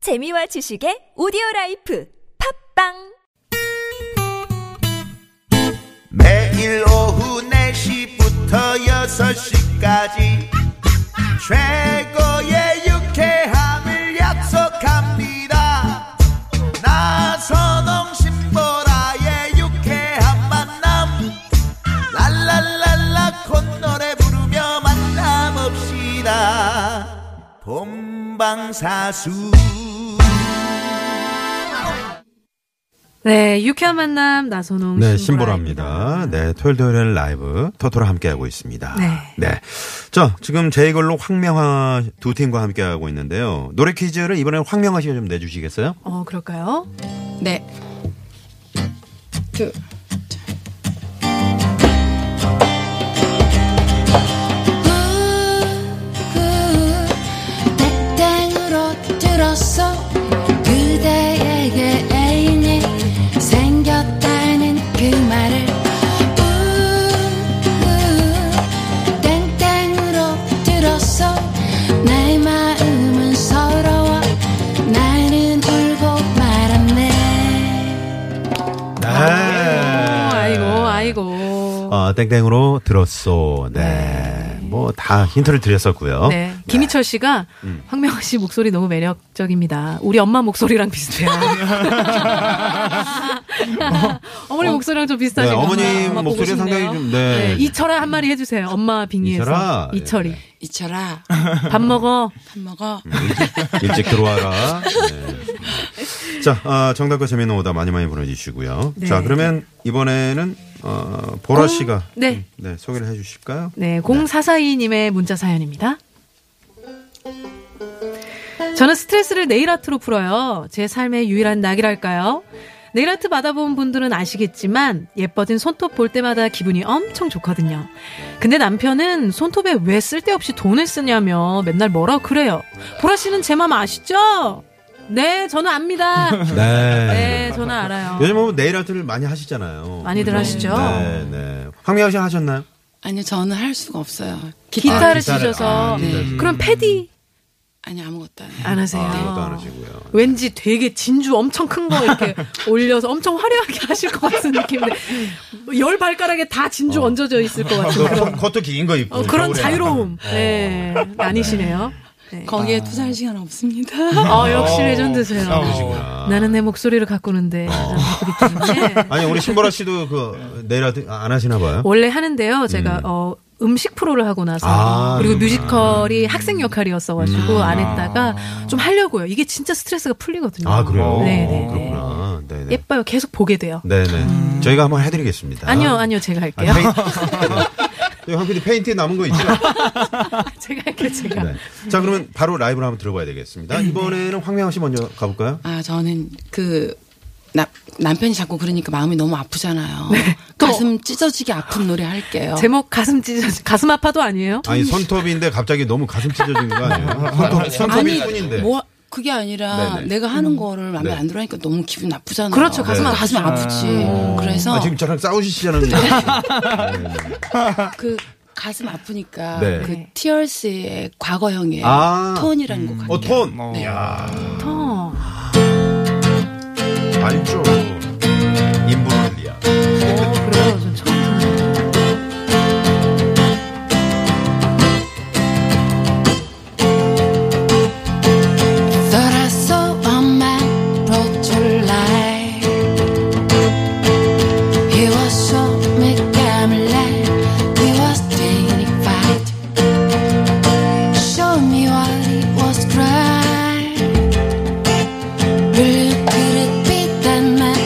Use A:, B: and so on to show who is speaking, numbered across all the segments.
A: 재미와 지식의 오디오 라이프 팝빵
B: 매일 오후 4시부터 6시까지 최고의 유쾌함을 약속합니다 나선홍 신보라의 유쾌한 만남 랄랄랄라 콧노래 부르며 만남없시다 본방사수
C: 네, 유쾌한 만남 나선홍
D: 네,
C: 신보라입니다.
D: 신보라입니다. 네, 토요일 토요일 라이브 토토로 함께하고 있습니다.
C: 네.
D: 자, 지금 제이걸로 황명화 두 팀과 함께하고 있는데요. 노래 퀴즈를 이번에 황명화 씨가 좀 내주시겠어요?
C: 어, 그럴까요?
E: 네. 두. 땡땡으로 들었어 그대에게 애인이 생겼다는 그 말을 우, 우, 땡땡으로 들었어 내 마음은 서러워 나는 울고 말았네
D: 네.
C: 아이고, 아이고.
D: 어, 땡땡으로 들었어. 네. 뭐 다 힌트를 드렸었고요.
C: 네. 김희철 씨가
D: 음.
C: 황명호 씨 목소리 너무 매력적입니다. 우리 엄마 목소리랑 비슷해요. 어머니 목소리랑 좀 비슷하신
D: 네,
C: 것
D: 어머님
C: 같아요. 엄마 보고
D: 목소리
C: 싶네요.
D: 상당히 좀, 네.
C: 이철아 한 마디 해주세요. 엄마 빙의해서.
D: 이철아.
C: 이철이.
D: 네.
E: 이철아
C: 밥 먹어.
E: 밥 먹어
D: 일찍 들어와라. 네. 자, 아, 정답과 재미있는 오다 많이 많이 보내주시고요.
C: 네.
D: 자, 그러면 이번에는 어, 보라 씨가
C: 네.
D: 네, 소개를 해주실까요?
C: 네, 0442님의 문자 사연입니다. 저는 스트레스를 네일 아트로 풀어요. 제 삶의 유일한 낙이랄까요? 네일 아트 받아본 분들은 아시겠지만 예뻐진 손톱 볼 때마다 기분이 엄청 좋거든요. 근데 남편은 손톱에 왜 쓸데없이 돈을 쓰냐며 맨날 뭐라 그래요. 보라 씨는 제 마음 아시죠? 네, 저는 압니다.
D: 네.
C: 네, 저는 알아요.
D: 요즘 뭐 네일 아트를 많이 하시잖아요.
C: 많이들
D: 그죠?
C: 하시죠?
D: 네, 네. 황미아 씨 하셨나요?
E: 아니요 저는 할 수가 없어요 기타
C: 기타를 치셔서
D: 아, 기타를.
C: 그럼 패디
E: 아니 아무것도 안 해요
C: 안 하세요.
D: 아무것도 안 하시고요.
C: 왠지 되게 진주 엄청 큰 거 이렇게 올려서 엄청 화려하게 하실 것 같은 느낌인데 열 발가락에 다 진주 얹어져 있을 것 같은
D: 그거-
C: 그런,
D: 그것도 긴 거 입고.
C: 어, 그런
D: 겨울에 어.
C: 자유로움
D: 나가면.
C: 네, 아니시네요. 네.
E: 거기에 투자할 시간 없습니다
C: 어, 역시 레전드세요.
D: 그러시구나.
C: 나는 내 목소리를 가꾸는데
D: 어.
C: 가장 바쁘기 때문에
D: 아니, 우리 신보라 씨도 그 네일 아트 안 하시나 봐요?
C: 원래 하는데요. 제가 어, 음식 프로를 하고 나서
D: 음. 아, 음.
C: 그리고
D: 그렇구나.
C: 뮤지컬이 학생
D: 음.
C: 역할이었어가지고 안 했다가 좀 하려고요. 이게 진짜 스트레스가 풀리거든요.
D: 아, 그래요?
C: 네, 네, 네.
D: 그렇구나. 네, 네.
C: 예뻐요. 계속 보게 돼요.
D: 네, 네. 저희가 한번 해드리겠습니다.
C: 아니요, 아니요, 제가 할게요.
D: 황 PD 페인트에 남은 거 있죠?
C: 제가 할게요, 제가.
D: 네. 자, 그러면 바로 라이브를 한번 들어봐야 되겠습니다. 이번에는 황명아 씨 먼저 가볼까요?
E: 아 저는 그 나, 남편이 자꾸 그러니까 마음이 너무 아프잖아요
C: 또-
E: 가슴 찢어지게 아픈 노래 할게요
C: 네. 제목 가슴 찢어 가슴 아파도 아니에요?
D: 아니, 손톱인데 갑자기 너무 가슴 찢어진 거 아니에요? 손톱, 손톱이 뿐인데.
E: 뭐 그게 아니라
D: 네네.
E: 내가 하는 거를 마음에
D: 네.
E: 안 들어하니까 너무 기분 나쁘잖아요.
C: 그렇죠. 가슴
E: 그러니까
C: 아프죠.
E: 가슴 아프지. 그래서
D: 아, 지금 저랑 싸우시시는 네.
E: 그 가슴 아프니까
D: 네.
E: 그 티얼스의 과거형의
D: 아.
E: 톤이라는 곡
D: 어,
E: 할게요.
D: 톤. 이야,
C: 터.
D: 아, 알죠. 인브롤리아.
C: 어, 그래요. 전 처음 들어요.
E: Thought I saw a man brought to life. He was so mechanically, he was dignified. Show me what he was crying. Really, could it be that man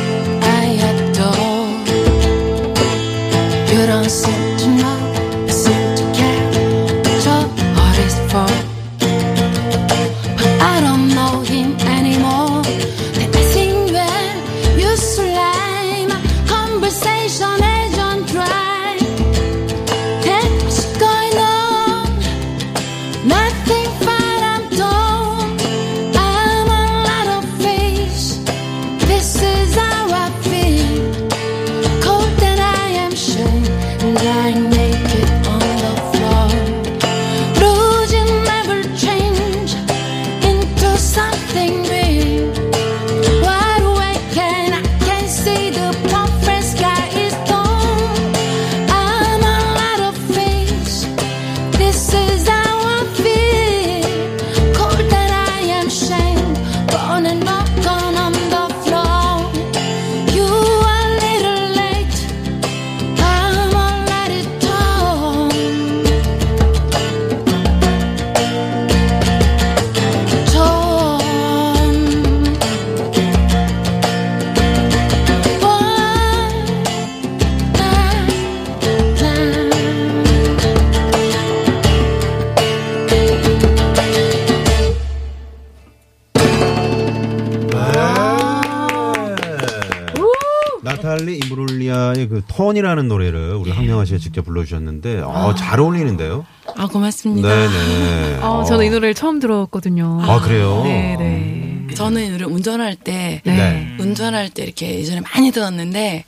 D: 나탈리 이브룰리아의 그 턴이라는 노래를 우리 황명아 씨가 직접 불러주셨는데 어, 잘 어울리는데요.
E: 아 고맙습니다.
D: 네네.
C: 어, 저는 이 노래를 처음 들었거든요.
D: 아 그래요. 음.
C: 네네.
E: 저는 이 노래 운전할 때
C: 네.
D: 네.
E: 운전할 때 이렇게 예전에 많이 들었는데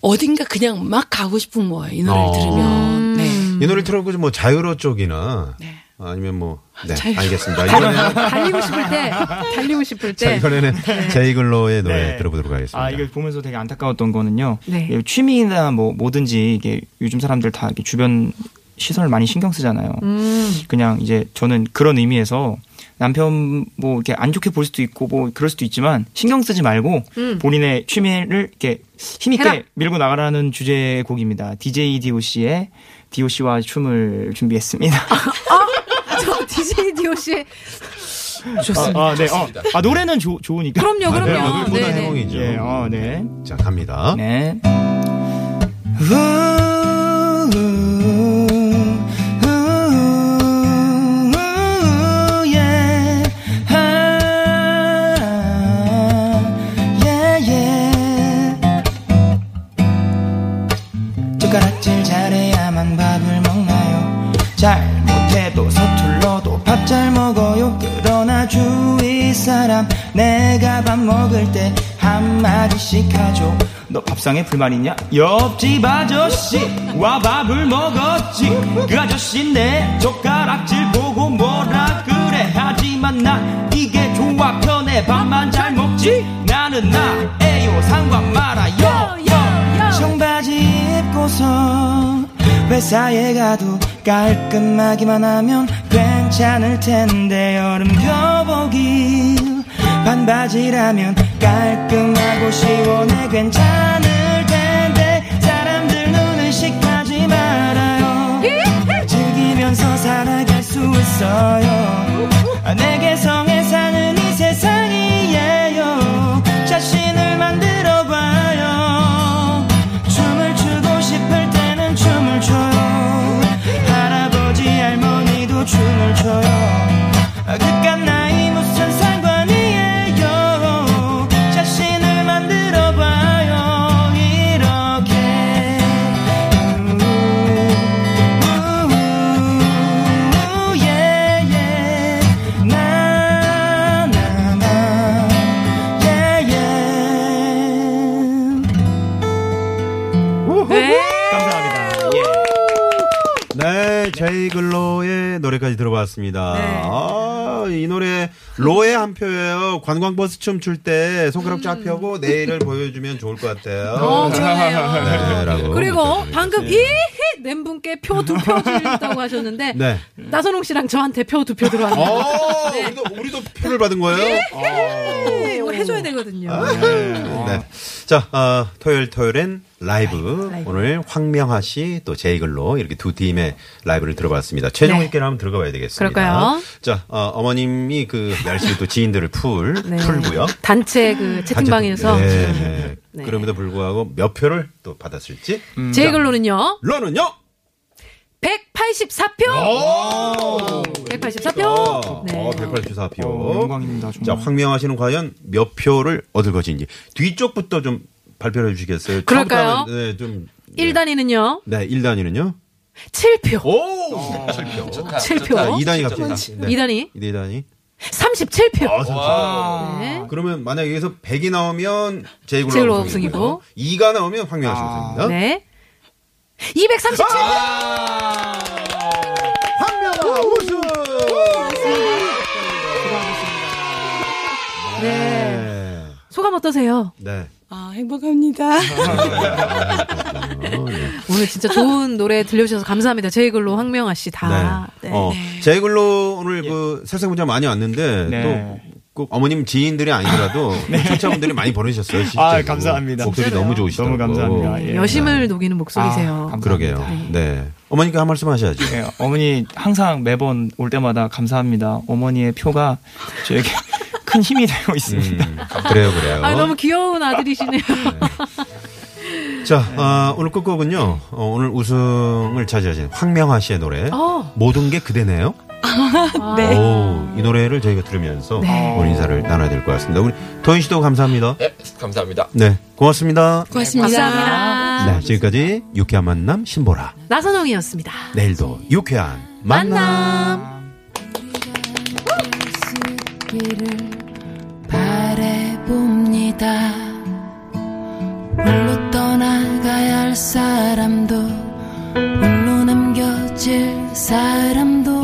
E: 어딘가 그냥 막 가고 싶은 거예요. 이 노래를
D: 어.
E: 들으면. 네.
D: 이 노래 틀어놓고 뭐 자유로 쪽이나
E: 네.
D: 아니면 뭐 네,
E: 자유로.
D: 알겠습니다. 이번에는
C: 달리고 싶을 때, 달리고 싶을
D: 자
C: 때.
D: 이번에는
C: 네.
D: 제이글로의 노래
F: 네.
D: 들어보도록 하겠습니다.
F: 아, 이걸 보면서 되게 안타까웠던 거는요.
C: 네.
F: 예, 취미나 뭐 뭐든지 이게 요즘 사람들 다 이렇게 주변 시선을 많이 신경 쓰잖아요.
C: 음.
F: 그냥 이제 저는 그런 의미에서 남편 뭐 이렇게 안 좋게 볼 수도 있고 뭐 그럴 수도 있지만 신경 쓰지 말고
C: 음.
F: 본인의 취미를 이렇게 힘있게
C: 해라.
F: 밀고 나가라는 주제의 곡입니다. DJ DOC의 DOC와 춤을 준비했습니다.
C: 아, 저 DJ DOC의.
F: 좋습니다. 아, 네. 어. 아, 노래는 좋- 좋으니까.
C: 그럼요,
D: 아, 네,
C: 그럼요.
D: 여기보다
C: 네네.
D: 해몽이죠.
F: 예, 어, 네.
D: 자 갑니다.
F: 네. 젓가락질 잘해야만 밥을 먹나요 잘못해도 서툴러도 밥 잘 먹어요 그러나 주위 사람 내가 밥 먹을 때 한마디씩 하죠 너 밥상에 불만 있냐? 옆집 아저씨와 밥을 먹었지 그 아저씨 내 젓가락질 보고 뭐라 그래 하지만 나 이게 좋아 편해 밥만 잘 먹지 나는 나예요 상관 말아요 청바지 입고서 회사에 가도 깔끔하기만 하면 괜찮을 텐데 여름 교복이 반바지라면 깔끔하고 시원해 괜찮을 텐데 사람들 눈 의식하지 말아요 예? 즐기면서 살아갈 수 있어요 아, 내게 성에 사는 이 세상이에요 자신을 만들어 봐요 춤을 추고 싶을 때는 춤을 춰요 할아버지 할머니도 춤을 춰요 아, 그깟 나이 무슨 상관이에요 자신을 만들어 봐요 이렇게 예, 예,
C: 네.
D: 네, 제이글로의 노래까지 들어봤습니다.
C: 네.
D: 아, 이 노래 로의 한 표예요. 관광버스 춤출 때 손가락 쫙 펴고 내일을 보여주면 좋을 것 같아요.
C: 음. 어, 그러네요.
D: 네, 라고
C: 그리고
D: 느껴집니다.
C: 방금 이히 낸 분께 표 두 표 드렸다고 하셨는데
D: 네.
C: 나선홍 씨랑 저한테 표 두 표 들어왔는데
D: 어, 우리도 우리도 표를 받은 거예요. 어.
C: 네, 이거 해줘야 되거든요.
D: 네. 자, 어, 토요일 토요일엔 라이브.
C: 네, 라이브.
D: 오늘 황명하 씨 또 제이글로 이렇게 두 팀의 라이브를 들어봤습니다. 최종
C: 네.
D: 의견 한번 들어가 봐야 되겠습니다.
C: 그럴까요?
D: 자, 어, 머님이그 열심히 또 지인들을 풀
C: 네.
D: 풀고요.
C: 단체 그 채팅방에서
D: 네, 네.
C: 네.
D: 그럼에도 불구하고 몇 표를 또 받았을지.
F: 음.
C: 제 글로는요
D: 러는요?
C: 184표. 184표. 네.
D: 어, 184표.
F: 어, 영광입니다, 정말.
D: 자, 황명하 씨는 과연 몇 표를 얻을 것인지 뒤쪽부터 좀 발표해 를 주시겠어요?
C: 그럴까요?
D: 처음부터 하면, 네, 좀 네.
C: 1단위는요
D: 네, 1단위는요? 어.
C: 7표.
D: 오! 7표.
C: 7표.
D: 자, 2단위 아, 갑니다.
C: 어? 네.
D: 네,
C: 이 단위.
D: 2단위.
C: 37표. 네.
D: 아, 그러면 만약에 여기서 100이 나오면 제이글로
C: 제이글로
D: 우승이고
C: 우승이고.
D: 2가 나오면 황명하 씨 우승입니다.
C: 네.
D: 아!
C: 237표.
D: 황명하 아, 우승!
C: 네.
D: 네.
C: 소감 어떠세요?
D: 네.
E: 아 행복합니다.
C: 오늘 진짜 좋은 노래 들려주셔서 감사합니다. 제이글로 황명아 씨 다.
D: 네.
C: 네.
D: 어, 제이글로 오늘 그 새싹 문자 많이 왔는데
F: 예. 네.
D: 또꼭 어머님 지인들이 아니더라도 청취자분들이 많이 보내셨어요. 진짜.
F: 아, 감사합니다.
D: 목소리
F: 진짜로요?
D: 너무 좋으시더라고요. 네.
F: 너무 감사합니다. 예.
C: 네, 여심을 녹이는 목소리세요.
F: 아,
D: 그러게요. 네. 어머니께 한 말씀 하셔야죠.
F: 예, 어머니 항상 매번 올 때마다 감사합니다. 어머니의 표가 저에게 큰 힘이 되고 있습니다.
D: 음, 그래요, 그래요.
C: 아, 너무 귀여운 아들이시네요.
D: 자, 아, 오늘 끝곡은요. 어, 오늘 우승을 차지하신 황명하 씨의 노래.
C: 어.
D: 모든 게 그대네요.
G: 네.
D: 오, 이 노래를 저희가 들으면서
C: 네.
D: 오늘 인사를 나눠야 될 것 같습니다. 우리 도현 씨도 감사합니다.
H: 네, 감사합니다.
D: 네, 고맙습니다.
G: 고맙습니다.
D: 네, 지금까지 유쾌한 만남 신보라.
C: 나선홍이었습니다.
D: 내일도 유쾌한 만남.
E: 있기를 바래봅니다. 홀로 떠나가야 할 사람도 홀로 남겨질 사람도